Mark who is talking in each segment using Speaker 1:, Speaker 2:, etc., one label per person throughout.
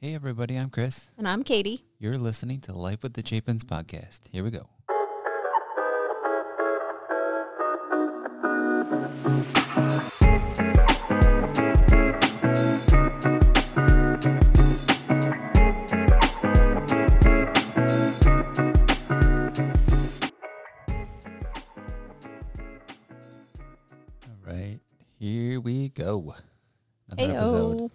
Speaker 1: Hey, everybody, I'm Chris.
Speaker 2: And I'm Katie.
Speaker 1: You're listening to Life with the Chapins podcast. Here we go. All right, here we go. Another episode.
Speaker 2: Ayo.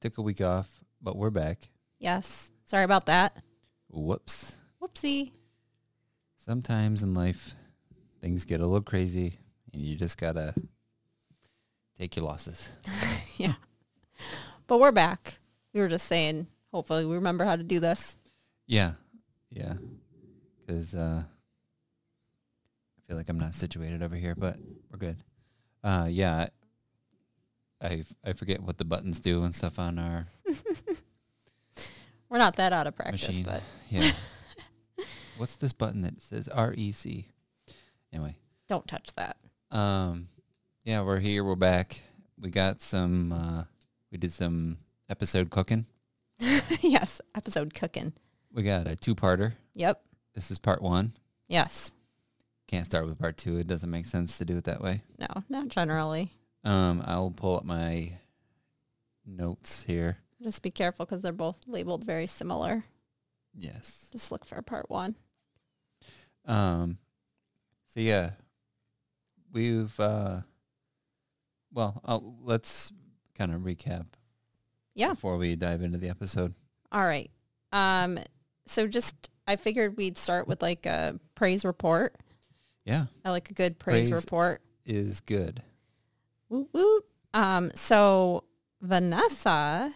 Speaker 1: Took a week off, but we're back.
Speaker 2: Yes. Sorry about that.
Speaker 1: Whoops.
Speaker 2: Whoopsie.
Speaker 1: sometimes in life things get a little crazy and you just gotta take your losses
Speaker 2: But we're back. We were just saying, hopefully we remember how to do this.
Speaker 1: yeah yeah because uh, i feel like i'm not situated over here but we're good uh, yeah I, I forget what the buttons do and stuff on our
Speaker 2: We're not that out of practice,
Speaker 1: Machine.
Speaker 2: but
Speaker 1: yeah what's this button that says rec anyway
Speaker 2: don't touch that.
Speaker 1: Um, yeah, we're here. We're back. We got some. Uh, we did some episode cooking.
Speaker 2: yes. Episode cooking.
Speaker 1: We got a two-parter.
Speaker 2: Yep.
Speaker 1: This is part one.
Speaker 2: Yes.
Speaker 1: Can't start with part two. It doesn't make sense to do it that way.
Speaker 2: No, not generally.
Speaker 1: Um, I'll pull up my notes here.
Speaker 2: Just be careful because they're both labeled very similar.
Speaker 1: Yes.
Speaker 2: Just look for part one.
Speaker 1: Um, so yeah, we've. Uh, well, I'll, let's kind of recap.
Speaker 2: Yeah.
Speaker 1: Before we dive into the episode.
Speaker 2: All right. Um, so just, I figured we'd start with like a praise report.
Speaker 1: Yeah,
Speaker 2: I like a good praise,
Speaker 1: Praise-
Speaker 2: report.
Speaker 1: is good.
Speaker 2: Woot woot. Um, so Vanessa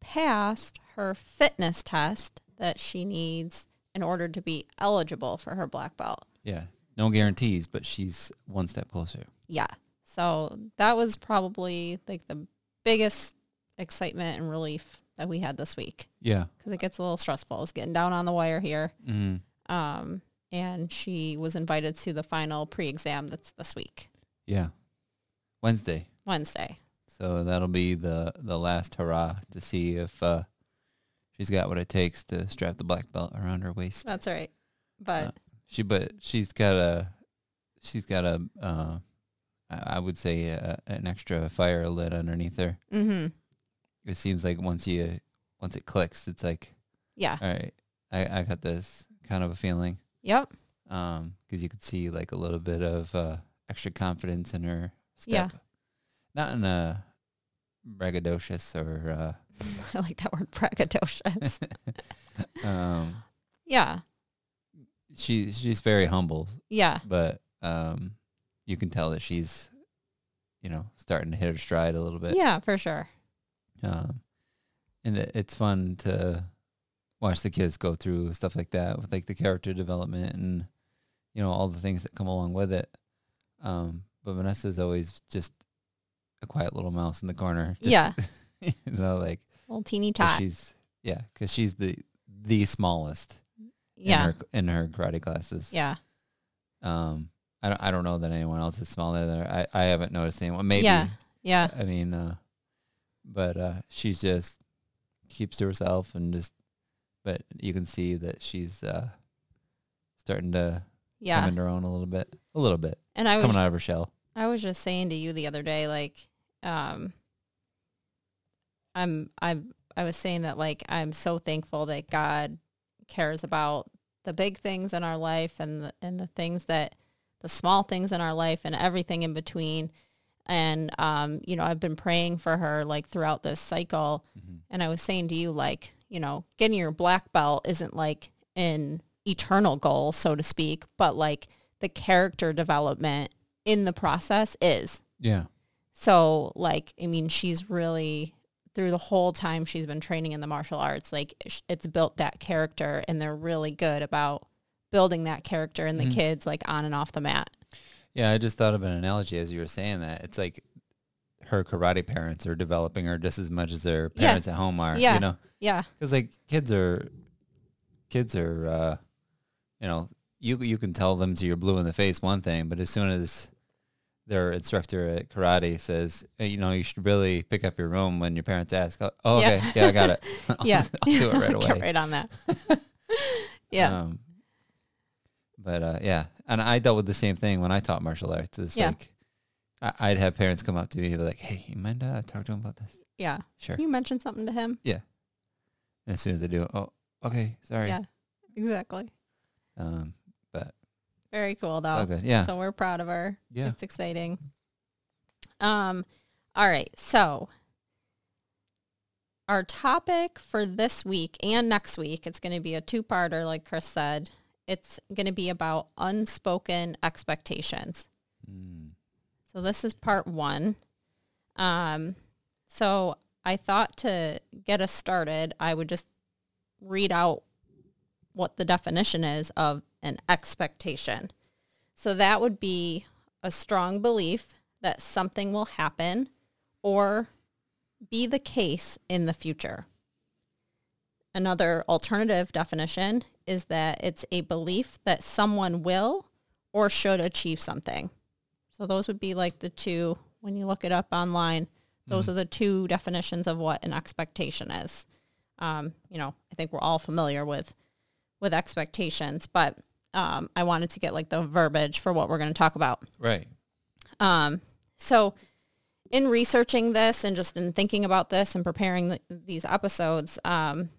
Speaker 2: passed her fitness test that she needs in order to be eligible for her black belt.
Speaker 1: Yeah. No guarantees, but she's one step closer.
Speaker 2: Yeah. So that was probably like the biggest excitement and relief that we had this week
Speaker 1: Yeah.
Speaker 2: because it gets a little stressful. It's getting down on the wire here.
Speaker 1: Mm.
Speaker 2: Um, and she was invited to the final pre-exam that's this week,
Speaker 1: Yeah. Wednesday.
Speaker 2: Wednesday.
Speaker 1: So that'll be the the last hurrah to see if uh, she's got what it takes to strap the black belt around her waist.
Speaker 2: That's right. But
Speaker 1: Uh, She but she's got a she's got a uh, I I would say a, an extra fire lit underneath her.
Speaker 2: mm-hmm.
Speaker 1: It seems like once you once it clicks, it's like
Speaker 2: yeah.
Speaker 1: all right, I I got this kind of a feeling.
Speaker 2: Yep.
Speaker 1: because um, you could see like a little bit of uh, extra confidence in her
Speaker 2: Yeah.
Speaker 1: step. Not in a braggadocious or
Speaker 2: I like that word braggadocious.
Speaker 1: uh, um,
Speaker 2: yeah.
Speaker 1: she she's very humble,
Speaker 2: Yeah.
Speaker 1: but um, you can tell that she's you know starting to hit her stride a little bit.
Speaker 2: yeah, for sure.
Speaker 1: Um, and it, it's fun to watch the kids go through stuff like that with like the character development and you know all the things that come along with it. Um, but Vanessa's always just a quiet little mouse in the corner. just,
Speaker 2: Yeah.
Speaker 1: you know, like 'cause
Speaker 2: Little teeny tot.
Speaker 1: she's yeah, because she's the the smallest
Speaker 2: Yeah.
Speaker 1: in her in her karate classes.
Speaker 2: yeah.
Speaker 1: Um, I don't I don't know that anyone else is smaller than her. I I haven't noticed anyone. Maybe
Speaker 2: Yeah. Yeah.
Speaker 1: I mean, uh, but uh, she's just keeps to herself and just. But you can see that she's uh, starting to come
Speaker 2: Yeah.
Speaker 1: into her own a little bit, a little bit,
Speaker 2: And I
Speaker 1: coming
Speaker 2: was
Speaker 1: out of her shell.
Speaker 2: I was just saying to you the other day, like, um I'm I I was saying that like I'm so thankful that God cares about the big things in our life and the, and the things that the small things in our life and everything in between. And um, you know, I've been praying for her like throughout this cycle
Speaker 1: Mm-hmm.
Speaker 2: and I was saying to you, like, you know, getting your black belt isn't like an eternal goal, so to speak, but like the character development in the process is.
Speaker 1: Yeah,
Speaker 2: So, like, I mean, she's really through the whole time she's been training in the martial arts, like sh- it's built that character and they're really good about building that character in the
Speaker 1: Mhm.
Speaker 2: kids, like on and off the mat.
Speaker 1: yeah. I just thought of an analogy as you were saying that. It's like her karate parents are developing her just as much as their
Speaker 2: Yeah.
Speaker 1: parents at home are.
Speaker 2: Yeah.
Speaker 1: you know,
Speaker 2: Yeah.
Speaker 1: because like kids are, kids are, uh, you know, you you can tell them to you're blue in the face one thing, but as soon as their instructor at karate says, "Hey, you know, you should really pick up your room when your parents ask. Oh, oh,
Speaker 2: Yeah.
Speaker 1: okay, yeah, I got it. I'll,
Speaker 2: yeah.
Speaker 1: I'll do it right
Speaker 2: Get
Speaker 1: away.
Speaker 2: right on that. yeah.
Speaker 1: Um, but uh, yeah, and I dealt with the same thing when I taught martial arts. It's
Speaker 2: Yeah.
Speaker 1: like I, I'd have parents come up to me and be like, "Hey, you mind uh, talk to him about this?"
Speaker 2: yeah.
Speaker 1: Sure.
Speaker 2: You mentioned something to him.
Speaker 1: And as soon as I do, oh, okay, sorry.
Speaker 2: Yeah. Exactly.
Speaker 1: Um, but
Speaker 2: Very cool though.
Speaker 1: okay, yeah,
Speaker 2: Oh, So we're proud of her.
Speaker 1: yeah.
Speaker 2: It's exciting. Um, all right. So our topic for this week and next week, it's going to be a two-parter, like Chris said. It's going to be about unspoken expectations.
Speaker 1: Mm.
Speaker 2: So this is part one. Um, so I thought to get us started, I would just read out what the definition is of an expectation. So that would be a strong belief that something will happen or be the case in the future. Another alternative definition is that it's a belief that someone will or should achieve something. So those would be like the two, when you look it up online, those are the two definitions of what an expectation is. Um, you know, I think we're all familiar with with expectations, but um, I wanted to get like the verbiage for what we're going to talk about.
Speaker 1: Right.
Speaker 2: Um, so in researching this and just in thinking about this and preparing th these episodes, um,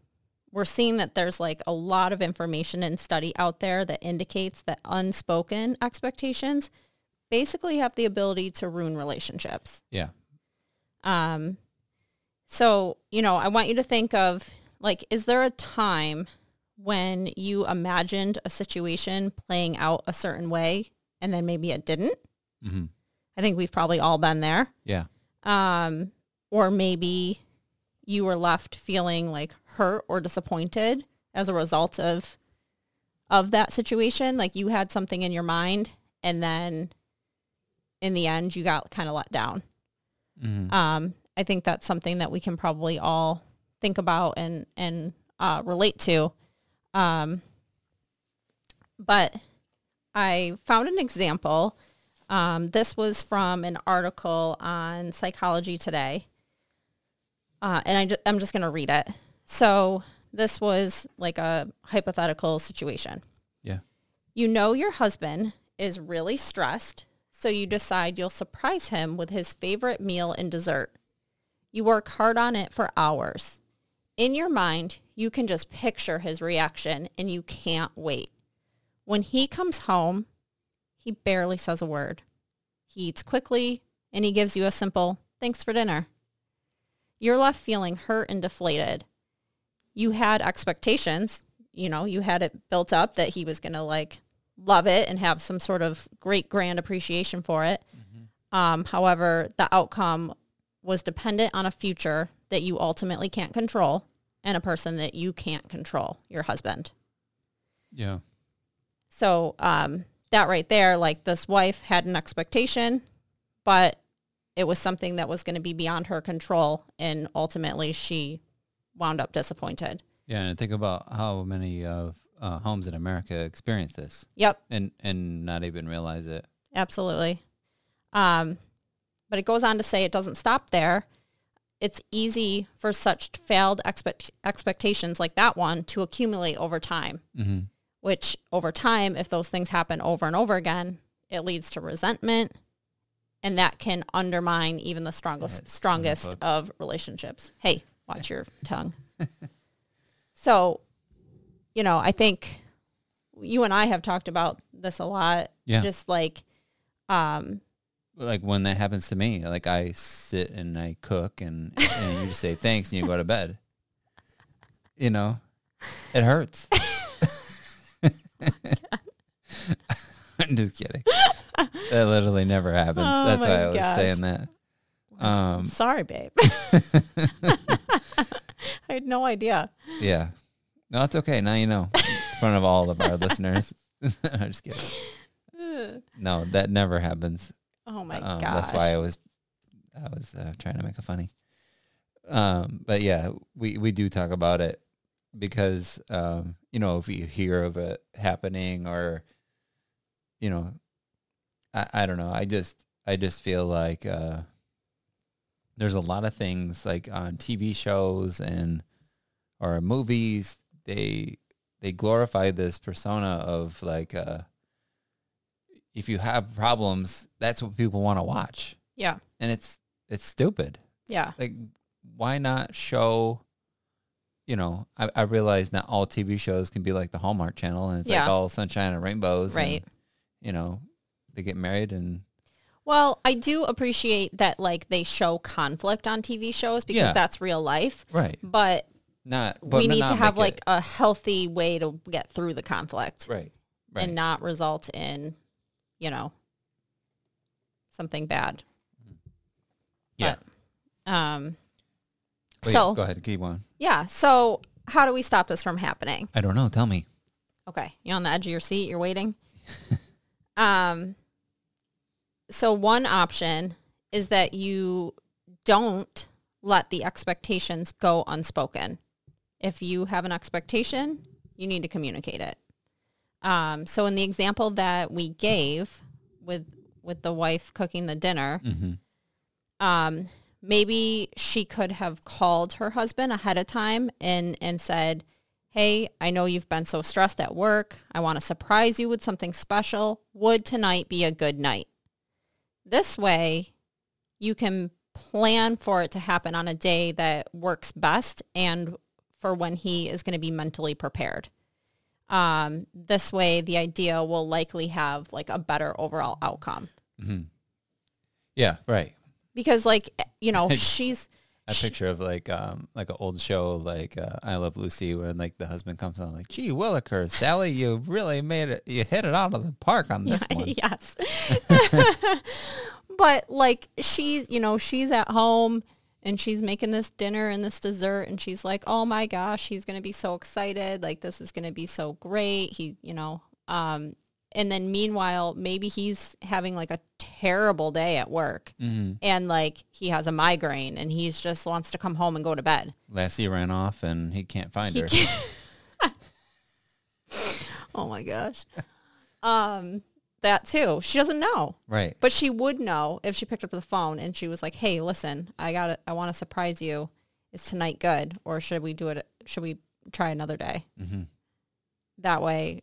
Speaker 2: we're seeing that there's like a lot of information and study out there that indicates that unspoken expectations basically have the ability to ruin relationships.
Speaker 1: Yeah.
Speaker 2: Um, so, you know, I want you to think of like, is there a time when you imagined a situation playing out a certain way and then maybe it didn't?
Speaker 1: hmm
Speaker 2: I think we've probably all been there.
Speaker 1: Yeah.
Speaker 2: Um, or maybe you were left feeling like hurt or disappointed as a result of of that situation. Like you had something in your mind and then in the end you got kind of let down.
Speaker 1: hmm
Speaker 2: Um, I think that's something that we can probably all think about and and uh, relate to. Um, but I found an example. Um, this was from an article on Psychology Today, uh, and I ju- I'm just going to read it. So this was like a hypothetical situation.
Speaker 1: Yeah.
Speaker 2: You know your husband is really stressed, so you decide you'll surprise him with his favorite meal and dessert. You work hard on it for hours. In your mind, you can just picture his reaction and you can't wait. When he comes home, he barely says a word. He eats quickly and he gives you a simple, thanks for dinner. You're left feeling hurt and deflated you had expectations, you know, you had it built up that he was going to like love it and have some sort of great grand appreciation for it. Um, however, the outcome was dependent on a future that you ultimately can't control and a person that you can't control, your husband.
Speaker 1: Yeah.
Speaker 2: So um, that right there, like this wife had an expectation, but it was something that was going to be beyond her control. And ultimately she wound up disappointed.
Speaker 1: Yeah. And think about how many of uh, homes in America experience this
Speaker 2: Yep.
Speaker 1: and and not even realize it.
Speaker 2: Absolutely. Um, but it goes on to say it doesn't stop there. It's easy for such failed expect- expectations like that one to accumulate over time,
Speaker 1: Mm-hmm.
Speaker 2: which over time, if those things happen over and over again, it leads to resentment and that can undermine even the
Speaker 1: That son
Speaker 2: strongest
Speaker 1: of a-
Speaker 2: strongest of relationships. Hey, watch your tongue. so, you know, I think you and I have talked about this a lot.
Speaker 1: Yeah.
Speaker 2: Just like um
Speaker 1: like when that happens to me, like I sit and I cook and, and you just say thanks and you go to bed. You know, it hurts. I'm just kidding. That literally never happens.
Speaker 2: Oh
Speaker 1: That's why
Speaker 2: my
Speaker 1: I was
Speaker 2: gosh.
Speaker 1: saying that. Um,
Speaker 2: sorry, babe. I had no idea.
Speaker 1: yeah. No, it's okay. Now you know. In front of all of our listeners. I'm just kidding.
Speaker 2: Ugh.
Speaker 1: No, that never happens.
Speaker 2: Oh my
Speaker 1: um,
Speaker 2: gosh.
Speaker 1: That's why I was, I was uh, trying to make a funny. Um, but yeah, we we do talk about it because um, you know if you hear of it happening or, you know, I I don't know. I just I just feel like uh, there's a lot of things like on TV shows and or movies they they glorify this persona of like uh, if you have problems, that's what people want to watch,
Speaker 2: Yeah.
Speaker 1: and it's it's stupid.
Speaker 2: Yeah.
Speaker 1: Like, why not show? You know, I, I realize not all TV shows can be like the Hallmark Channel, and it's
Speaker 2: Yeah.
Speaker 1: like all sunshine and rainbows, and,
Speaker 2: Right.
Speaker 1: you know, they get married and
Speaker 2: Well, I do appreciate that like they show conflict on TV shows because
Speaker 1: Yeah.
Speaker 2: that's real life.
Speaker 1: right.
Speaker 2: But,
Speaker 1: Not but
Speaker 2: we need
Speaker 1: not
Speaker 2: to have
Speaker 1: make
Speaker 2: like
Speaker 1: it-
Speaker 2: a healthy way to get through the conflict
Speaker 1: right, right.
Speaker 2: and not result in, you know, something bad.
Speaker 1: Yeah.
Speaker 2: But, um
Speaker 1: Wait,
Speaker 2: so
Speaker 1: go ahead, keep on.
Speaker 2: yeah, so how do we stop this from happening?
Speaker 1: I don't know. Tell me.
Speaker 2: Okay. You on the edge of your seat, you're waiting. um so one option is that you don't let the expectations go unspoken. If you have an expectation, you need to communicate it. Um, so in the example that we gave with with the wife cooking the dinner,
Speaker 1: Mm-hmm.
Speaker 2: um, maybe she could have called her husband ahead of time and and said, "Hey, I know you've been so stressed at work. I want to surprise you with something special. Would tonight be a good night?" This way, you can plan for it to happen on a day that works best and for when he is going to be mentally prepared. Um, this way, the idea will likely have like a better overall outcome
Speaker 1: Mm-hmm. Yeah, right.
Speaker 2: because, like you know, she's
Speaker 1: A picture of like um like an old show like uh, I Love Lucy where like the husband comes on like, gee, Willikers, Sally, you really made it. You hit it out of the park on this one.
Speaker 2: yes. but like she's, you know, she's at home and she's making this dinner and this dessert and she's like, "Oh my gosh, he's going to be so excited. Like this is going to be so great." He, you know, um and then meanwhile, maybe he's having like a terrible day at work
Speaker 1: Mm-hmm.
Speaker 2: and like he has a migraine and he's just wants to come home and go to bed.
Speaker 1: Lassie ran off and he can't find
Speaker 2: He
Speaker 1: her.
Speaker 2: Oh my gosh. um that too. She doesn't know.
Speaker 1: Right.
Speaker 2: But she would know if she picked up the phone and she was like, "Hey, listen, I got to I want to surprise you. Is tonight good or should we do it should we try another day?"
Speaker 1: Mm-hmm.
Speaker 2: That way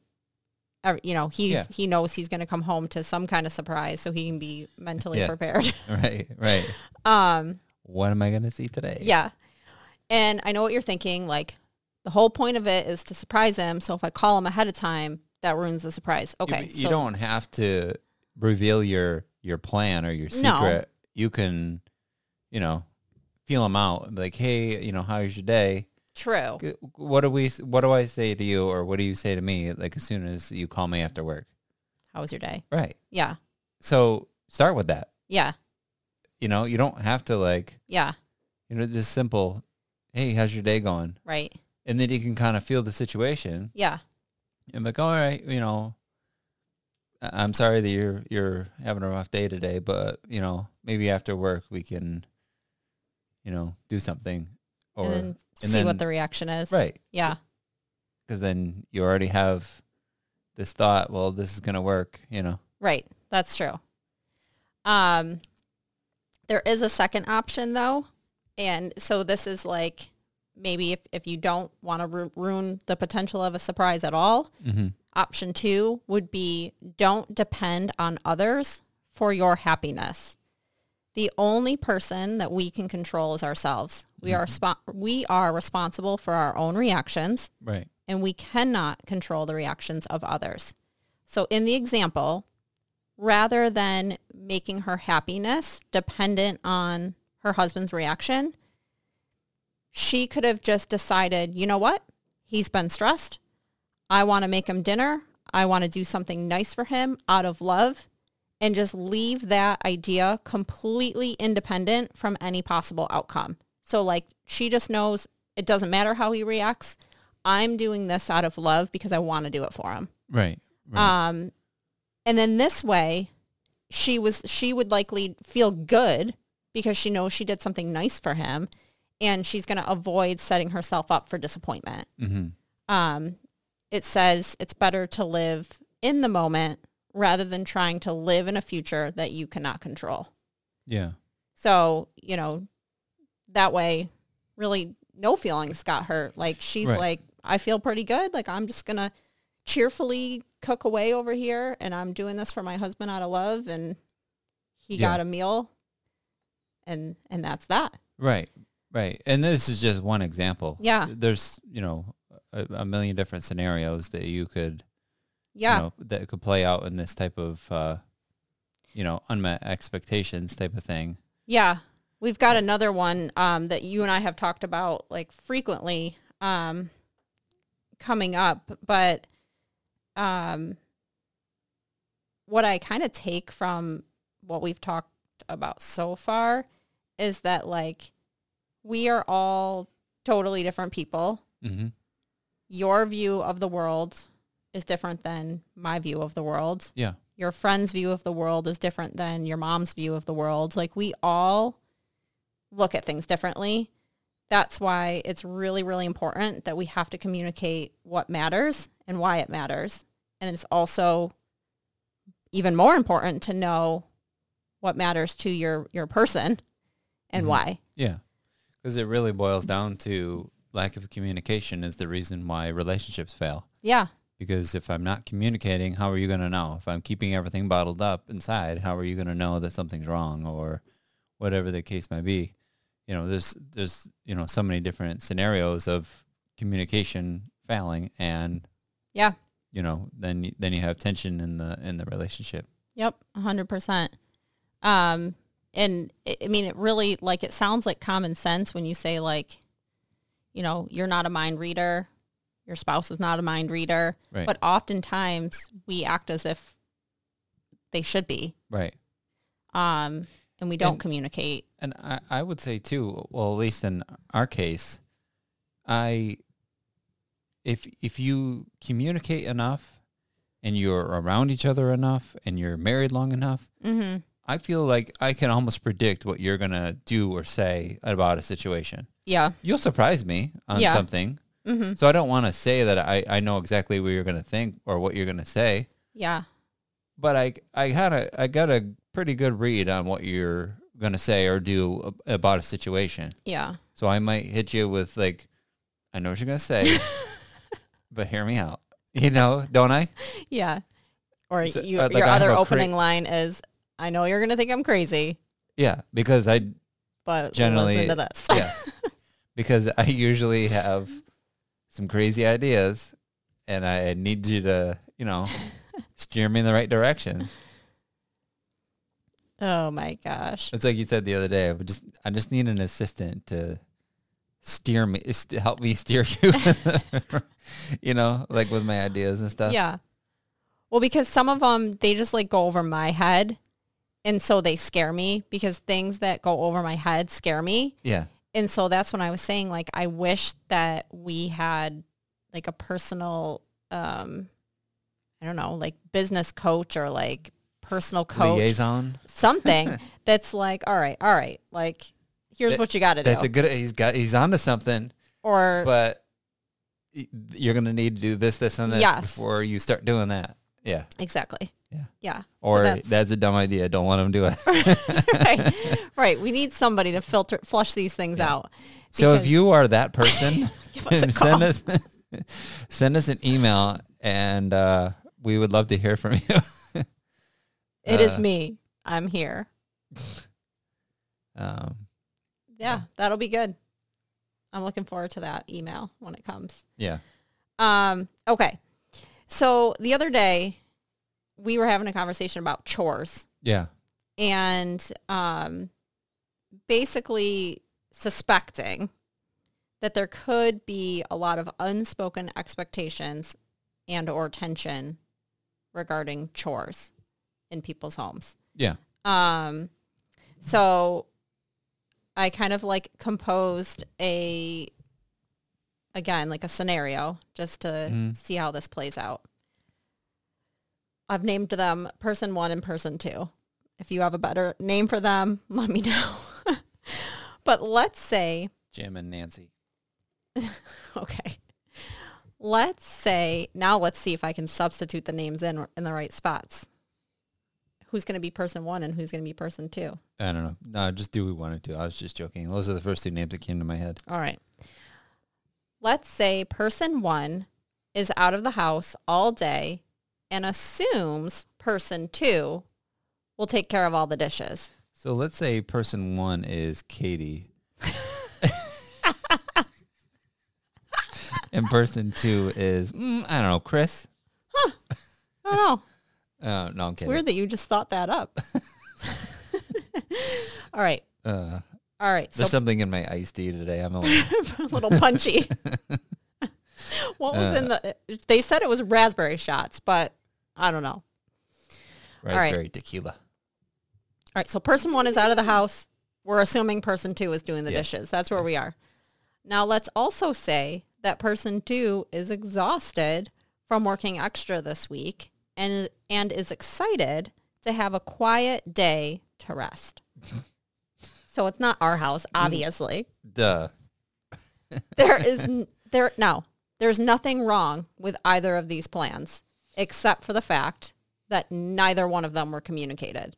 Speaker 2: every- you know, he's
Speaker 1: Yeah.
Speaker 2: he knows he's going to come home to some kind of surprise so he can be mentally
Speaker 1: Yeah.
Speaker 2: prepared.
Speaker 1: Right. Right.
Speaker 2: um
Speaker 1: What am I gonna see today?
Speaker 2: yeah. And I know what you're thinking like the whole point of it is to surprise him, so if I call him ahead of time, that ruins the surprise.
Speaker 1: You-
Speaker 2: Okay.
Speaker 1: You,
Speaker 2: so
Speaker 1: don't have to reveal your your plan or your secret.
Speaker 2: No.
Speaker 1: You can, you know, feel them out. Like, hey, you know, how's your day?
Speaker 2: true.
Speaker 1: G- What do we? What do I say to you, or what do you say to me? Like as soon as you call me after work,
Speaker 2: How was your day?
Speaker 1: right?
Speaker 2: Yeah.
Speaker 1: So start with that.
Speaker 2: Yeah.
Speaker 1: You know, you don't have to like,
Speaker 2: Yeah,
Speaker 1: you know, just simple. Hey, how's your day going?
Speaker 2: right.
Speaker 1: And then you can kind of feel the situation.
Speaker 2: Yeah.
Speaker 1: I'm like, all right, you know, I- I'm sorry that you're you're having a rough day today, but you know, maybe after work we can, you know, do something, or
Speaker 2: and then see what the reaction is.
Speaker 1: right
Speaker 2: Yeah.
Speaker 1: because then you already have this thought. Well, this is gonna work, you know.
Speaker 2: Right. That's true. Um, there is a second option though, and so this is like maybe if if you don't want to ru- ruin the potential of a surprise at all,
Speaker 1: Mm-hmm.
Speaker 2: option two would be don't depend on others for your happiness. The only person that we can control is ourselves. We are spo- we are responsible for our own reactions.
Speaker 1: Right.
Speaker 2: and we cannot control the reactions of others. So in the example, rather than making her happiness dependent on her husband's reaction, she could have just decided, you know what? He's been stressed. I want to make him dinner. I want to do something nice for him out of love and just leave that idea completely independent from any possible outcome. So like she just knows it doesn't matter how he reacts. I'm doing this out of love because I want to do it for him.
Speaker 1: Right.
Speaker 2: Um, and then this way, she was she would likely feel good because she knows she did something nice for him, and she's going to avoid setting herself up for disappointment.
Speaker 1: mm-hmm.
Speaker 2: Um, it says it's better to live in the moment rather than trying to live in a future that you cannot control.
Speaker 1: Yeah.
Speaker 2: So, you know, that way really no feelings got hurt. Like she's
Speaker 1: Right.
Speaker 2: like, I feel pretty good. Like I'm just going to cheerfully cook away over here and I'm doing this for my husband out of love and he
Speaker 1: Yeah.
Speaker 2: got a meal and and that's that.
Speaker 1: Right. Right. And this is just one example.
Speaker 2: Yeah.
Speaker 1: There's, you know, a, a million different scenarios that you could,
Speaker 2: Yeah.
Speaker 1: you know, that could play out in this type of, uh, you know, unmet expectations type of thing.
Speaker 2: Yeah. We've got another one um, that you and I have talked about like frequently um, coming up, but um, what I kind of take from what we've talked about so far is that like we are all totally different people.
Speaker 1: Mm-hmm.
Speaker 2: Your view of the world is different than my view of the world
Speaker 1: Yeah.
Speaker 2: your friend's view of the world is different than your mom's view of the world. Like we all look at things differently. That's why it's really, really important that we have to communicate what matters and why it matters. And it's also even more important to know what matters to your, your person and
Speaker 1: Mhm.
Speaker 2: why.
Speaker 1: Yeah. Because it really boils down to lack of communication is the reason why relationships fail.
Speaker 2: Yeah.
Speaker 1: Because if I'm not communicating, how are you going to know? If I'm keeping everything bottled up inside, how are you going to know that something's wrong or whatever the case might be? You know, there's there's you know so many different scenarios of communication failing, and
Speaker 2: Yeah.
Speaker 1: you know then y- then you have tension in the in the relationship.
Speaker 2: Yep, hundred percent. Um, and I I mean, it really like it sounds like common sense when you say like, you know, you're not a mind reader, your spouse is not a mind reader,
Speaker 1: Right.
Speaker 2: but oftentimes we act as if they should be,
Speaker 1: Right.
Speaker 2: um, and we don't
Speaker 1: And-
Speaker 2: communicate.
Speaker 1: And I, I would say too, well, at least in our case, I if if you communicate enough and you're around each other enough and you're married long enough,
Speaker 2: Mm-hmm.
Speaker 1: I feel like I can almost predict what you're gonna do or say about a situation.
Speaker 2: Yeah.
Speaker 1: You'll surprise me on
Speaker 2: Yeah.
Speaker 1: something.
Speaker 2: Mm-hmm.
Speaker 1: So I don't wanna say that I, I know exactly what you're gonna think or what you're gonna say.
Speaker 2: Yeah.
Speaker 1: But I I had a I got a pretty good read on what you're gonna say or do ab- about a situation.
Speaker 2: Yeah.
Speaker 1: So I might hit you with like, I know what you're gonna say, but hear me out. You know, don't I?
Speaker 2: Yeah. Or
Speaker 1: So,
Speaker 2: you,
Speaker 1: uh, like
Speaker 2: your
Speaker 1: I have
Speaker 2: other
Speaker 1: a cra-
Speaker 2: opening line is, "I know you're gonna think I'm crazy,
Speaker 1: Yeah, because I
Speaker 2: but
Speaker 1: Generally,
Speaker 2: listen to this."
Speaker 1: yeah, because I usually have some crazy ideas, and I need you to you know steer me in the right direction.
Speaker 2: oh my gosh.
Speaker 1: It's like you said the other day. I would just I just need an assistant to steer me, s- to help me steer you. you know, like with my ideas and stuff.
Speaker 2: Yeah. Well, because some of them they just like go over my head, and so they scare me because things that go over my head scare me,
Speaker 1: Yeah.
Speaker 2: and so that's when I was saying like I wish that we had like a personal, um, I don't know, like business coach or like personal coach,
Speaker 1: Liaison.
Speaker 2: something that's like, all right, all right, like here's
Speaker 1: That-
Speaker 2: what you got to do,
Speaker 1: That's a good. He's got. He's onto something.
Speaker 2: or
Speaker 1: but y- you're going to need to do this, this, and this
Speaker 2: Yes.
Speaker 1: before you start doing that. Yeah.
Speaker 2: exactly,
Speaker 1: Yeah.
Speaker 2: yeah, So
Speaker 1: Or
Speaker 2: that's-
Speaker 1: that's, a dumb idea. Don't let them do it.
Speaker 2: right. right. We need somebody to filter, flush these things out.
Speaker 1: so if
Speaker 2: because-
Speaker 1: you are that person,
Speaker 2: Give us a
Speaker 1: send
Speaker 2: call.
Speaker 1: us send us an email, and uh, we would love to hear from you.
Speaker 2: it is
Speaker 1: uh,
Speaker 2: me. I'm here.
Speaker 1: Um,
Speaker 2: Yeah, that'll be good. I'm looking forward to that email when it comes.
Speaker 1: yeah.
Speaker 2: Um, okay. So the other day we were having a conversation about chores
Speaker 1: Yeah.
Speaker 2: and um, basically suspecting that there could be a lot of unspoken expectations and or tension regarding chores in people's homes.
Speaker 1: Yeah.
Speaker 2: Um, so I kind of like composed a, again, like a scenario just to
Speaker 1: Mhm.
Speaker 2: see how this plays out. I've named them person one and person two. If you have a better name for them, let me know. but let's say,
Speaker 1: Jim and Nancy.
Speaker 2: okay, let's say, now let's see if I can substitute the names in, in the right spots. who's going to be person one and who's going to be person two.
Speaker 1: I don't know. No, just do we wanted to. I was just joking. Those are the first two names that came to my head.
Speaker 2: All right. Let's say person one is out of the house all day and assumes person two will take care of all the dishes.
Speaker 1: So let's say person one is Katie. and person two is, mm, I don't know, Chris.
Speaker 2: I don't know.
Speaker 1: Uh, no, I'm
Speaker 2: It's
Speaker 1: kidding.
Speaker 2: weird that you just thought that up. all right.
Speaker 1: Uh,
Speaker 2: All right. So
Speaker 1: there's something in my iced tea today. I'm a little,
Speaker 2: a little punchy. what was in the? They said it was raspberry shots, but I don't know. All right.
Speaker 1: raspberry tequila.
Speaker 2: right, so person one is out of the house. We're assuming person two is doing the
Speaker 1: Yeah.
Speaker 2: dishes. That's where we are. Now let's also say that person two is exhausted from working extra this week and and is excited to have a quiet day to rest. so it's not our house,
Speaker 1: Mm.
Speaker 2: obviously.
Speaker 1: Duh.
Speaker 2: there is n- there no there's nothing wrong with either of these plans except for the fact that neither one of them were communicated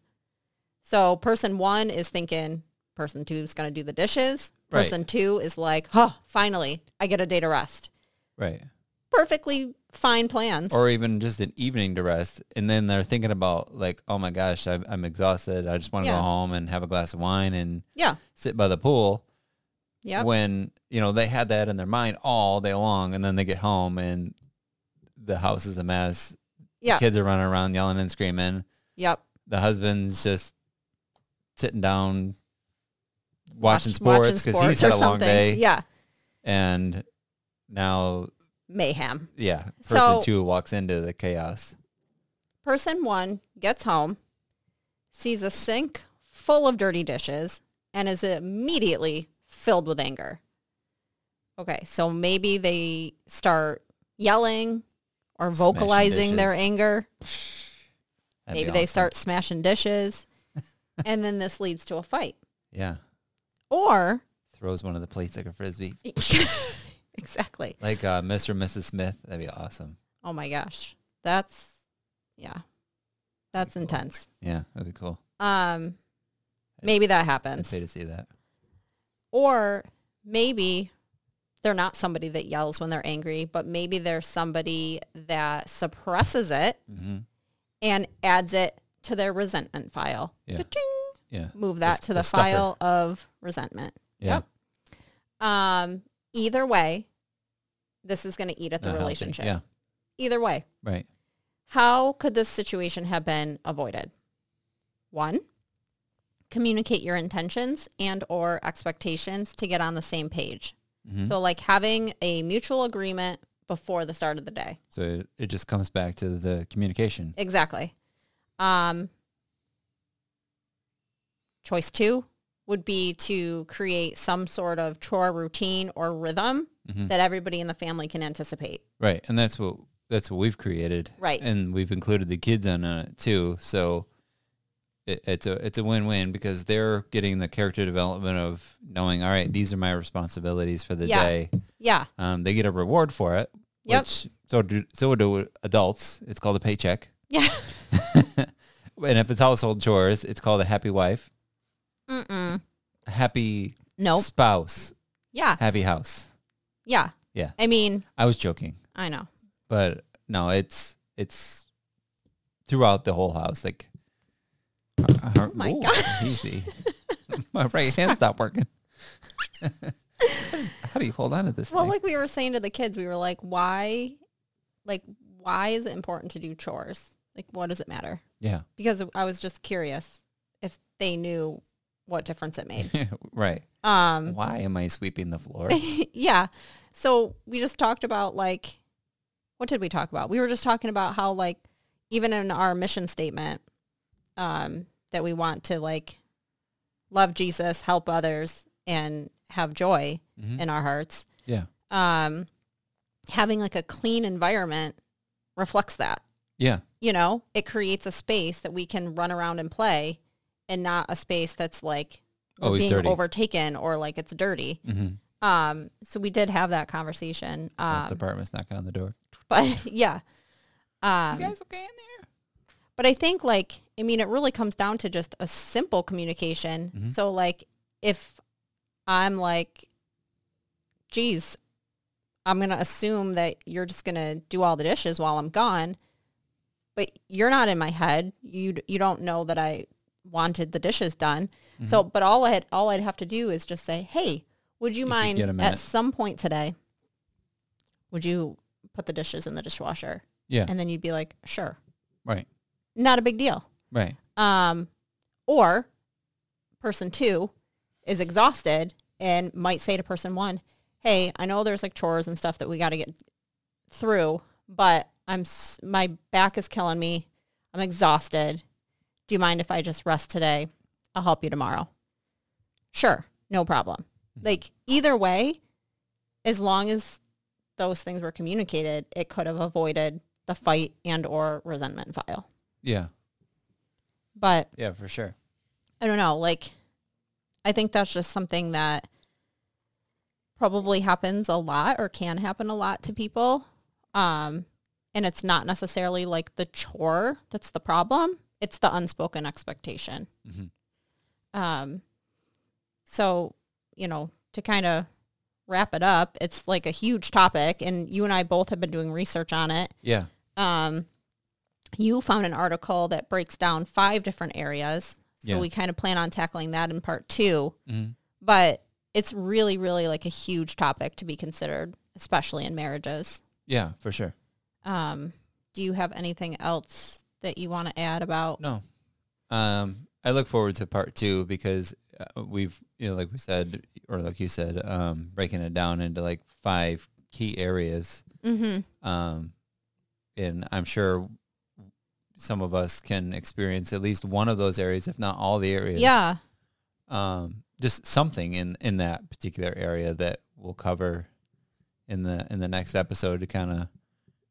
Speaker 2: so person one is thinking person two is going to do the dishes
Speaker 1: Right.
Speaker 2: person two is like huh finally i get a day to rest
Speaker 1: Right.
Speaker 2: perfectly fine plans
Speaker 1: Or even just an evening to rest. And then they're thinking about like, oh my gosh, I'm, I'm exhausted. I just want to
Speaker 2: Yeah.
Speaker 1: go home and have a glass of wine and
Speaker 2: yeah
Speaker 1: sit by the pool.
Speaker 2: yeah
Speaker 1: when you know they had that in their mind all day long and then they get home and the house is a mess
Speaker 2: yeah
Speaker 1: kids are running around yelling and screaming
Speaker 2: yep
Speaker 1: the husband's just sitting down watching
Speaker 2: Watch-
Speaker 1: sports because
Speaker 2: sports
Speaker 1: he's
Speaker 2: or
Speaker 1: had a long
Speaker 2: something.
Speaker 1: day
Speaker 2: yeah
Speaker 1: and now
Speaker 2: mayhem
Speaker 1: yeah person
Speaker 2: So-
Speaker 1: two walks into the chaos
Speaker 2: Person one gets home, sees a sink full of dirty dishes, and is immediately filled with anger. Okay, so maybe they start yelling or
Speaker 1: Smashing
Speaker 2: vocalizing their
Speaker 1: dishes.
Speaker 2: anger.
Speaker 1: That'd
Speaker 2: maybe
Speaker 1: be
Speaker 2: they
Speaker 1: awesome.
Speaker 2: start smashing dishes, and then this leads to a fight.
Speaker 1: yeah
Speaker 2: Or,
Speaker 1: throws one of the plates like a frisbee
Speaker 2: exactly.
Speaker 1: like uh, mr and mrs smith that'd be awesome
Speaker 2: Oh my gosh. That's, yeah, that's intense.
Speaker 1: yeah that'd be cool
Speaker 2: Um, maybe that
Speaker 1: i'd
Speaker 2: happens.
Speaker 1: pay to see that
Speaker 2: or maybe they're not somebody that yells when they're angry, but maybe they're somebody that suppresses it
Speaker 1: mm-hmm.
Speaker 2: and adds it to their resentment file.
Speaker 1: Yeah.
Speaker 2: Ka-ching!
Speaker 1: yeah
Speaker 2: Move
Speaker 1: The
Speaker 2: that
Speaker 1: s-
Speaker 2: to
Speaker 1: the
Speaker 2: the,
Speaker 1: stuffer.
Speaker 2: file of resentment.
Speaker 1: yeah
Speaker 2: Yep. Um, either way, this is going to eat at the
Speaker 1: Not healthy.
Speaker 2: relationship.
Speaker 1: yeah
Speaker 2: Either way,
Speaker 1: right
Speaker 2: how could this situation have been avoided? One, communicate your intentions and or expectations to get on the same page.
Speaker 1: Mhm.
Speaker 2: So like having a mutual agreement before the start of the day.
Speaker 1: So it, it just comes back to the communication.
Speaker 2: Exactly. Um, choice two would be to create some sort of chore routine or rhythm
Speaker 1: Mhm.
Speaker 2: that everybody in the family can anticipate.
Speaker 1: Right. And that's what that's what we've created.
Speaker 2: Right.
Speaker 1: And we've included the kids in on it too. So it, it's a it's a win win because they're getting the character development of knowing, all right, these are my responsibilities for the
Speaker 2: Yeah.
Speaker 1: day.
Speaker 2: Yeah.
Speaker 1: Um, they get a reward for it.
Speaker 2: Yep.
Speaker 1: Which so do so do adults. It's called a paycheck.
Speaker 2: Yeah.
Speaker 1: and if it's household chores, it's called a happy wife,
Speaker 2: Mm-mm.
Speaker 1: happy
Speaker 2: Nope.
Speaker 1: spouse,
Speaker 2: Yeah.
Speaker 1: happy house.
Speaker 2: Yeah.
Speaker 1: Yeah.
Speaker 2: I mean,
Speaker 1: I was joking.
Speaker 2: I know.
Speaker 1: but no, it's it's throughout the whole house. Like, oh
Speaker 2: my gosh.
Speaker 1: easy. my right hand stopped working. How does- How do you hold on to this?
Speaker 2: Well,
Speaker 1: thing?
Speaker 2: like we were saying to the kids, we were like, why, like, why is it important to do chores? Like, what does it matter?
Speaker 1: yeah,
Speaker 2: because I was just curious if they knew what difference it made.
Speaker 1: right.
Speaker 2: Um,
Speaker 1: Why am I sweeping the floor?
Speaker 2: yeah. So we just talked about like, what did we talk about? We were just talking about how like, even in our mission statement, um, that we want to like love Jesus, help others, and have joy
Speaker 1: Mhm.
Speaker 2: in our hearts.
Speaker 1: Yeah,
Speaker 2: Um, having like a clean environment reflects that.
Speaker 1: yeah,
Speaker 2: you know, it creates a space that we can run around and play and not a space that's like we're
Speaker 1: Always
Speaker 2: being
Speaker 1: dirty.
Speaker 2: overtaken or like it's dirty.
Speaker 1: hmm
Speaker 2: Um, so we did have that converation. Um,
Speaker 1: the apartment's knocking on the door.
Speaker 2: but yeah. Um,
Speaker 1: okay in there?
Speaker 2: But I think like I mean it really comes down to just a simple communication.
Speaker 1: Mhm.
Speaker 2: So like if I'm like geez, I'm going to assume that you're just going to do all the dishes while I'm gone, but you're not in my head. You d- you don't know that I wanted the dishes done.
Speaker 1: Mm-hmm.
Speaker 2: So but all I had all I'd have to do is just say, "Hey, would you
Speaker 1: If you
Speaker 2: mind
Speaker 1: get a minute.
Speaker 2: at some point today would you put the dishes in the dishwasher?"
Speaker 1: Yeah.
Speaker 2: And then you'd be like, "Sure."
Speaker 1: right.
Speaker 2: not a big deal.
Speaker 1: Right.
Speaker 2: Um, or person two is exhausted and might say to person one, "Hey, I know there's like chores and stuff that we got to get through, but I'm s- my back is killing me. I'm exhausted. Do you mind if I just rest today? I'll help you tomorrow." Sure, no problem. Like either way, as long as those things were communicated, it could have avoided the fight and or resentment file.
Speaker 1: Yeah.
Speaker 2: But
Speaker 1: Yeah, for sure.
Speaker 2: I don't know. Like, I think that's just something that probably happens a lot or can happen a lot to people. Um, and it's not necessarily like the chore that's the problem. It's the unspoken expectation.
Speaker 1: Mhm.
Speaker 2: Um, so, you know, to kind of wrap it up, it's like a huge topic and you and I both have been doing research on it
Speaker 1: Yeah.
Speaker 2: um, you found an article that breaks down five different areas. So
Speaker 1: Yeah.
Speaker 2: we kind of plan on tackling that in part two.
Speaker 1: hmm
Speaker 2: But it's really, really like a huge topic to be considered, especially in marriages.
Speaker 1: Yeah, for sure.
Speaker 2: Um, do you have anything else that you want to add about?
Speaker 1: No. Um, I look forward to part two because uh, we've, you know, like we said, or like you said, um, breaking it down into like five key areas.
Speaker 2: Mm-hmm.
Speaker 1: Um, and I'm sure some of us can experience at least one of those areas, if not all the areas.
Speaker 2: Yeah.
Speaker 1: Um, just something in, in that particular area that we'll cover in the, in the next episode to kind of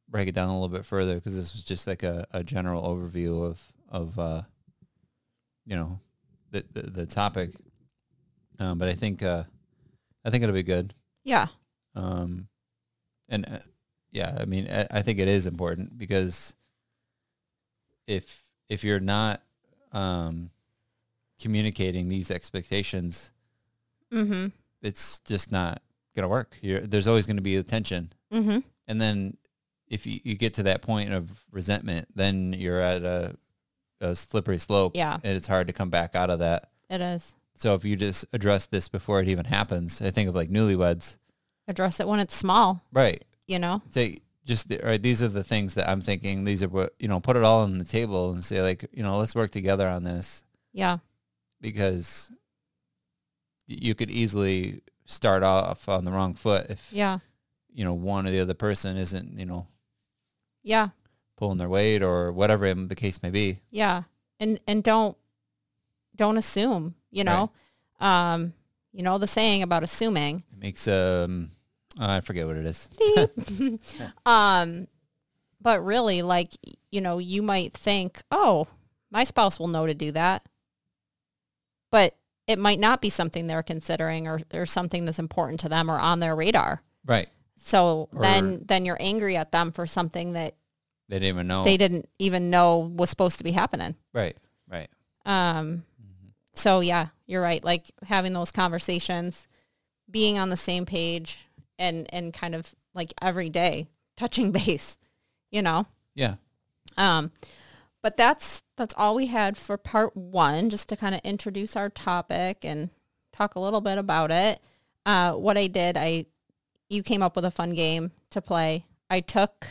Speaker 1: break it down a little bit further. Cause this was just like a, a general overview of, of, uh, you know, the, the, the topic. Um, but I think, uh, I think it'll be good
Speaker 2: Yeah.
Speaker 1: um and uh, yeah i mean I, I think it is important because if if you're not um communicating these expectations
Speaker 2: Mm-hmm.
Speaker 1: it's just not gonna work you're, there's always gonna be a tension
Speaker 2: Mm-hmm.
Speaker 1: and then if you, you get to that point of resentment then you're at a, a slippery slope
Speaker 2: Yeah.
Speaker 1: and it's hard to come back out of that
Speaker 2: It is.
Speaker 1: so if you just address this before it even happens i think of like newlyweds
Speaker 2: Address it when it's small,
Speaker 1: right
Speaker 2: you know?
Speaker 1: say just the, all right, these are the things that I'm thinking. These are what you know. Put it all on the table and say like you know, let's work together on this
Speaker 2: Yeah.
Speaker 1: because y- you could easily start off on the wrong foot if
Speaker 2: Yeah.
Speaker 1: you know one or the other person isn't you know
Speaker 2: Yeah.
Speaker 1: pulling their weight or whatever it- the case may be.
Speaker 2: Yeah. And and don't don't assume, you know. Um, you know the saying about assuming.
Speaker 1: It makes um I forget what it is.
Speaker 2: um but really like you know, you might think, "Oh, my spouse will know to do that." But it might not be something they're considering or, or something that's important to them or on their radar.
Speaker 1: Right?
Speaker 2: So
Speaker 1: Or-
Speaker 2: then then you're angry at them for something that
Speaker 1: They didn't even know.
Speaker 2: they didn't even know was supposed to be happening.
Speaker 1: right. Right.
Speaker 2: Um, so yeah, you're right. Like having those conversations, being on the same page, and and kind of like every day touching base, you know.
Speaker 1: Yeah.
Speaker 2: Um, but that's that's all we had for part one, just to kind of introduce our topic and talk a little bit about it. Uh, what I did, I you came up with a fun game to play. I took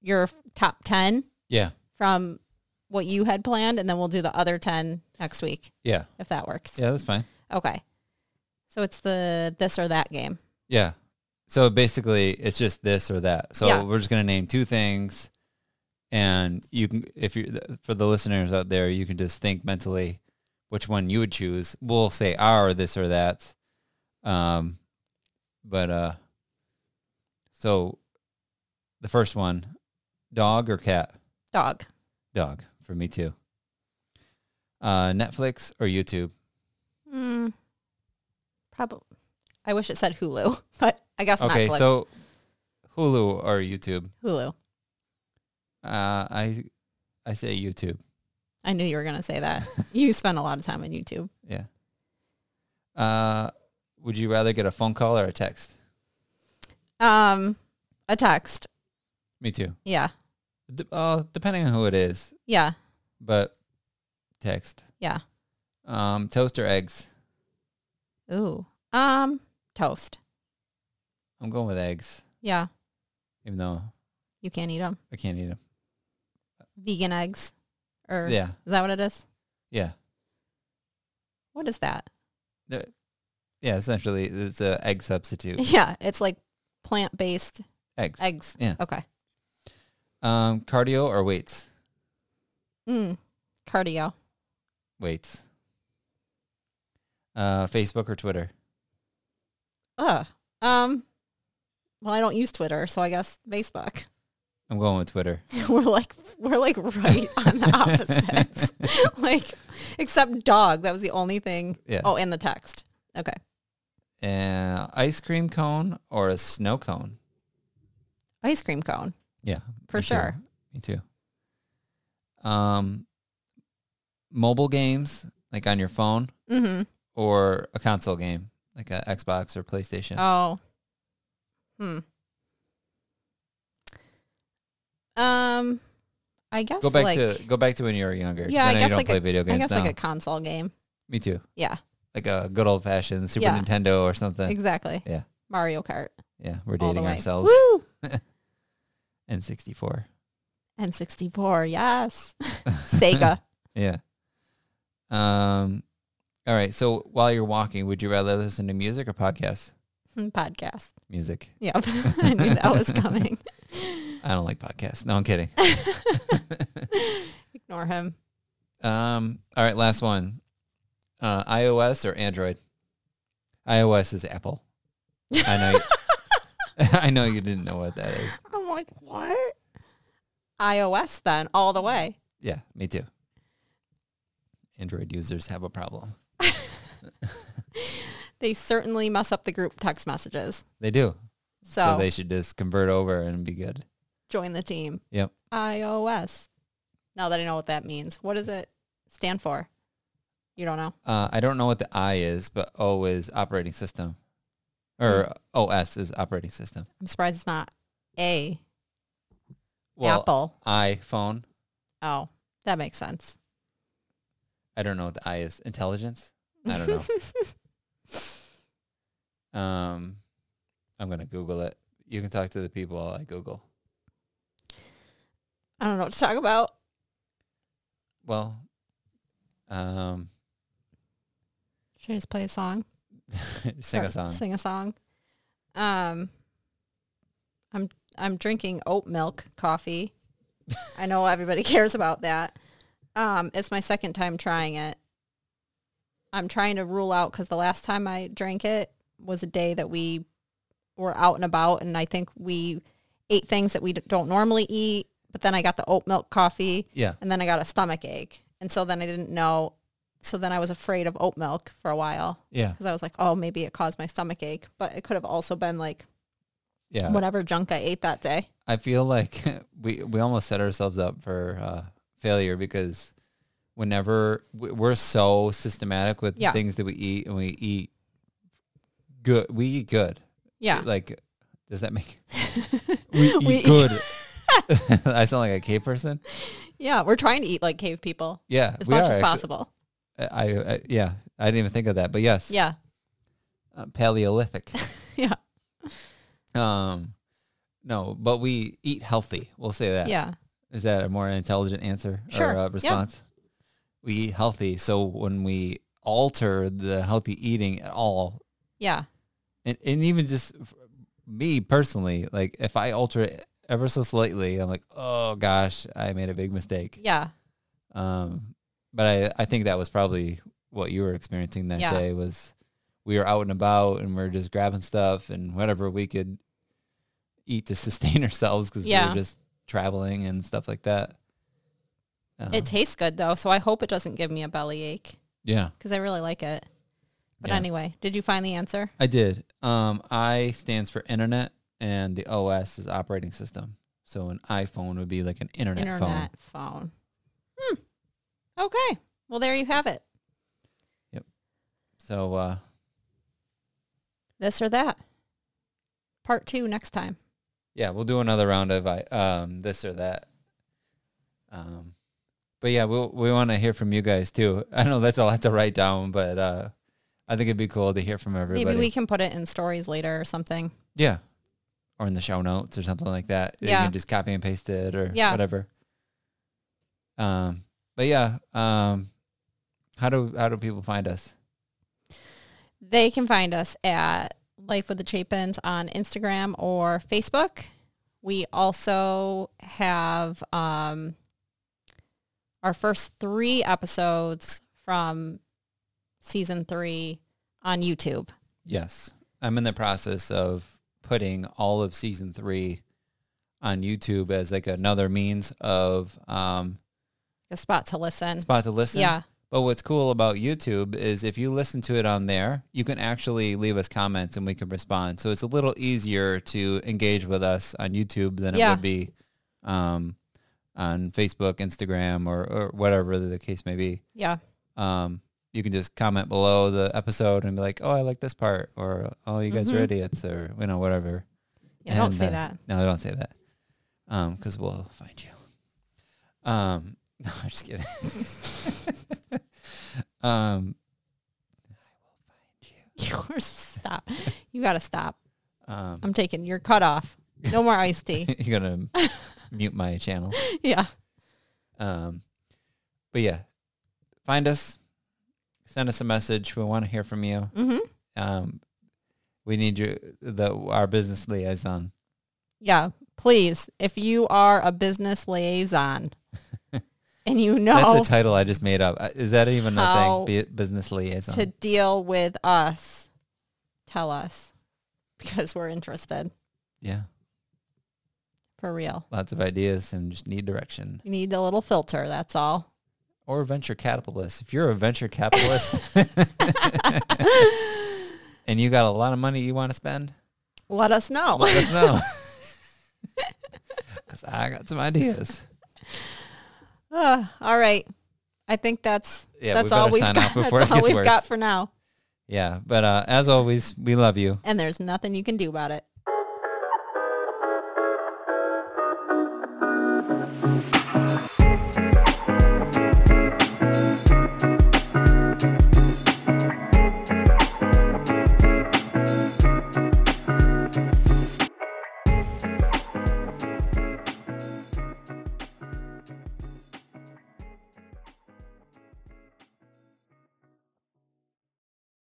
Speaker 2: your top ten
Speaker 1: Yeah.
Speaker 2: from what you had planned, and then we'll do the other 10 next week
Speaker 1: Yeah.
Speaker 2: if that works.
Speaker 1: Yeah. That's fine.
Speaker 2: Okay. So it's the this or that game.
Speaker 1: Yeah. So basically, it's just this or that. So
Speaker 2: Yeah.
Speaker 1: we're just going to name two things, and you can, if you, for the listeners out there, you can just think mentally which one you would choose. We'll say our this or that. Um, but uh, so the first one, dog or cat?
Speaker 2: Dog.
Speaker 1: Dog for me too. Uh, Netflix or YouTube?
Speaker 2: Mm, probably. I wish it said Hulu, but I guess
Speaker 1: okay,
Speaker 2: Netflix.
Speaker 1: so Hulu or YouTube?
Speaker 2: Hulu.
Speaker 1: Uh, I I say YouTube.
Speaker 2: I knew you were going to say that. you spend a lot of time on YouTube.
Speaker 1: Yeah. Uh, would you rather get a phone call or a text?
Speaker 2: Um, a text.
Speaker 1: Me too.
Speaker 2: Yeah.
Speaker 1: D- uh, depending on who it is,
Speaker 2: Yeah.
Speaker 1: but text.
Speaker 2: Yeah.
Speaker 1: Um, toast or eggs?
Speaker 2: Ooh. Um, toast.
Speaker 1: I'm going with eggs,
Speaker 2: Yeah.
Speaker 1: even though
Speaker 2: You can't eat them.
Speaker 1: I can't eat them.
Speaker 2: Vegan eggs. Or
Speaker 1: Yeah,
Speaker 2: is that what it is?
Speaker 1: yeah,
Speaker 2: What is that?
Speaker 1: yeah. Essentially, it's a egg substitute.
Speaker 2: Yeah. It's like plant-based
Speaker 1: Eggs.
Speaker 2: eggs.
Speaker 1: Yeah.
Speaker 2: Okay.
Speaker 1: Um, cardio or weights?
Speaker 2: Mm. Cardio.
Speaker 1: Weights. Uh, Facebook or Twitter?
Speaker 2: Ugh. Um, well, I don't use Twitter, so I guess Facebook.
Speaker 1: I'm going with Twitter.
Speaker 2: we're like we're like right on the opposites. like except dog. That was the only thing.
Speaker 1: Yeah.
Speaker 2: Oh, and the text. Okay.
Speaker 1: Uh, ice cream cone or a snow cone?
Speaker 2: Ice cream cone.
Speaker 1: Yeah,
Speaker 2: For
Speaker 1: me too.
Speaker 2: sure.
Speaker 1: Me too. Um, mobile games like on your phone
Speaker 2: Mm-hmm.
Speaker 1: or a console game like a Xbox or PlayStation.
Speaker 2: Oh. Hmm. Um I guess
Speaker 1: go back
Speaker 2: like
Speaker 1: to go back to when you were younger. 'cause
Speaker 2: Yeah,
Speaker 1: know
Speaker 2: I
Speaker 1: you
Speaker 2: guess
Speaker 1: don't
Speaker 2: like
Speaker 1: play
Speaker 2: a-
Speaker 1: video games
Speaker 2: I guess
Speaker 1: now.
Speaker 2: like a console game.
Speaker 1: me too.
Speaker 2: Yeah.
Speaker 1: Like a good old fashioned Super
Speaker 2: Yeah.
Speaker 1: Nintendo or something.
Speaker 2: Exactly.
Speaker 1: Yeah.
Speaker 2: Mario Kart.
Speaker 1: Yeah, we're
Speaker 2: All the
Speaker 1: dating
Speaker 2: way.
Speaker 1: ourselves.
Speaker 2: Woo!
Speaker 1: And sixty four.
Speaker 2: And sixty four, yes. Sega.
Speaker 1: Yeah. Um. All right. So while you're walking, would you rather listen to music or podcasts?
Speaker 2: Podcast.
Speaker 1: Music.
Speaker 2: Yep. I knew that was coming.
Speaker 1: I don't like podcasts. No, I'm kidding.
Speaker 2: Ignore him.
Speaker 1: Um. All right. Last one. Uh, iOS or Android? iOS is Apple. I know. You, I know you didn't know what that is.
Speaker 2: I'm like, what? iOS then, all the way.
Speaker 1: Yeah, me too. Android users have a problem.
Speaker 2: They certainly mess up the group text messages.
Speaker 1: They do.
Speaker 2: So,
Speaker 1: So they should just convert over and be good.
Speaker 2: join the team.
Speaker 1: Yep.
Speaker 2: iOS. Now that I know what that means, what does it stand for? You don't know.
Speaker 1: Uh, I don't know what the I is, but O is operating system,
Speaker 2: Hmm.
Speaker 1: or OS is operating system.
Speaker 2: I'm surprised it's not a
Speaker 1: Well,
Speaker 2: Apple.
Speaker 1: iPhone.
Speaker 2: Oh, that makes sense.
Speaker 1: I don't know what the I is. Intelligence. I don't know. Um, I'm gonna Google it. You can talk to the people while I Google.
Speaker 2: I don't know what to talk about.
Speaker 1: Well, um,
Speaker 2: Should I just play a song?
Speaker 1: sing
Speaker 2: Or
Speaker 1: a song.
Speaker 2: Sing a song. Um, I'm I'm drinking oat milk coffee. I know everybody cares about that. Um, it's my second time trying it. I'm trying to rule out because the last time I drank it was a day that we were out and about, and I think we ate things that we d- don't normally eat. But then I got the oat milk coffee,
Speaker 1: Yeah,
Speaker 2: and then I got a stomach ache, and so then I didn't know. So then I was afraid of oat milk for a while
Speaker 1: yeah,
Speaker 2: because I was like, oh, maybe it caused my stomach ache, but it could have also been like
Speaker 1: yeah.
Speaker 2: whatever junk I ate that day.
Speaker 1: I feel like we we almost set ourselves up for uh, failure because whenever we- we're so systematic with the
Speaker 2: Yeah.
Speaker 1: things that we eat and we eat good, we eat good.
Speaker 2: Yeah,
Speaker 1: Like, does that make we eat good? I sound like a cave person.
Speaker 2: yeah, we're trying to eat like cave people
Speaker 1: Yeah,
Speaker 2: as
Speaker 1: we
Speaker 2: much
Speaker 1: are
Speaker 2: as
Speaker 1: actually.
Speaker 2: possible.
Speaker 1: I, I yeah, I didn't even think of that, but yes,
Speaker 2: Yeah,
Speaker 1: uh, Paleolithic.
Speaker 2: yeah,
Speaker 1: um, no, but we eat healthy. We'll say that.
Speaker 2: yeah,
Speaker 1: Is that a more intelligent answer
Speaker 2: Sure,
Speaker 1: or
Speaker 2: yeah.
Speaker 1: a response? We eat healthy. So when we alter the healthy eating at all,
Speaker 2: yeah,
Speaker 1: and, and even just f- me personally, like if I alter it ever so slightly, I'm like, oh gosh, I made a big mistake.
Speaker 2: yeah,
Speaker 1: Um, but I, I think that was probably what you were experiencing that
Speaker 2: Yeah.
Speaker 1: day was we were out and about and we are just grabbing stuff and whatever we could eat to sustain ourselves because we
Speaker 2: Yeah.
Speaker 1: were just traveling and stuff like that. Uh,
Speaker 2: It tastes good though, so I hope it doesn't give me a belly ache
Speaker 1: yeah,
Speaker 2: because I really like it. But
Speaker 1: Yeah.
Speaker 2: anyway, did you find the answer?
Speaker 1: I did. Um, I stands for internet and the OS is operating system. So an iPhone would be like an internet, phone.
Speaker 2: Internet phone. Hmm. Okay. Well, there you have it.
Speaker 1: So uh,
Speaker 2: This or that. Part two next time.
Speaker 1: yeah, we'll do another round of I um this or that. Um, but yeah, we we want to hear from you guys too. I know that's a lot to write down, but uh, I think it'd be cool to hear from everybody.
Speaker 2: Maybe we can put it in stories later or something.
Speaker 1: yeah, or in the show notes or something like that. you
Speaker 2: Yeah.
Speaker 1: can just copy and paste it or
Speaker 2: Yeah.
Speaker 1: whatever. Um, but yeah, um, how do how do people find us?
Speaker 2: They can find us at Life with the Chapins on Instagram or Facebook. We also have um, our first three episodes from season three on YouTube.
Speaker 1: Yes. I'm in the process of putting all of season three on YouTube as like another means of um,
Speaker 2: A spot to listen.
Speaker 1: spot to listen.
Speaker 2: Yeah.
Speaker 1: But what's cool about YouTube is if you listen to it on there, you can actually leave us comments and we can respond. So it's a little easier to engage with us on YouTube than it
Speaker 2: Yeah.
Speaker 1: would be um, on Facebook, Instagram, or, or whatever the case may be
Speaker 2: Yeah.
Speaker 1: um, you can just comment below the episode and be like, "Oh, I like this part," or "Oh, you guys are
Speaker 2: Mhm.
Speaker 1: idiots," or you know, whatever.
Speaker 2: Yeah. Don't
Speaker 1: And,
Speaker 2: say
Speaker 1: uh,
Speaker 2: that.
Speaker 1: No, don't say that, because we'll find you. Um, no, I'm just kidding. um,
Speaker 2: You're stop. You got to stop.
Speaker 1: um,
Speaker 2: I'm taking your cut off. No more iced tea.
Speaker 1: you're gonna mute my channel.
Speaker 2: Yeah.
Speaker 1: Um, but yeah, find us, send us a message. We want to hear from you.
Speaker 2: hmm
Speaker 1: Um, we need you, the our business liaison.
Speaker 2: Yeah. Please, if you are a business liaison and you know
Speaker 1: That's a title I just made up. Uh, Is that even a
Speaker 2: Oh. How
Speaker 1: thing? Be- business liaison.
Speaker 2: to deal with us, tell us because we're interested
Speaker 1: yeah,
Speaker 2: for real.
Speaker 1: lots of ideas and just need direction.
Speaker 2: You need a little filter. That's all.
Speaker 1: Or venture capitalist. If you're a venture capitalist and you got a lot of money you want to spend,
Speaker 2: Let us know.
Speaker 1: let us know. Because I got some ideas.
Speaker 2: Ah, all right. I think that's
Speaker 1: Yeah,
Speaker 2: that's
Speaker 1: we
Speaker 2: all
Speaker 1: better
Speaker 2: we've
Speaker 1: sign
Speaker 2: got.
Speaker 1: off before
Speaker 2: that's
Speaker 1: it
Speaker 2: all
Speaker 1: gets
Speaker 2: we've
Speaker 1: worse.
Speaker 2: got for now.
Speaker 1: Yeah, but uh, as always, we love you.
Speaker 2: And there's nothing you can do about it.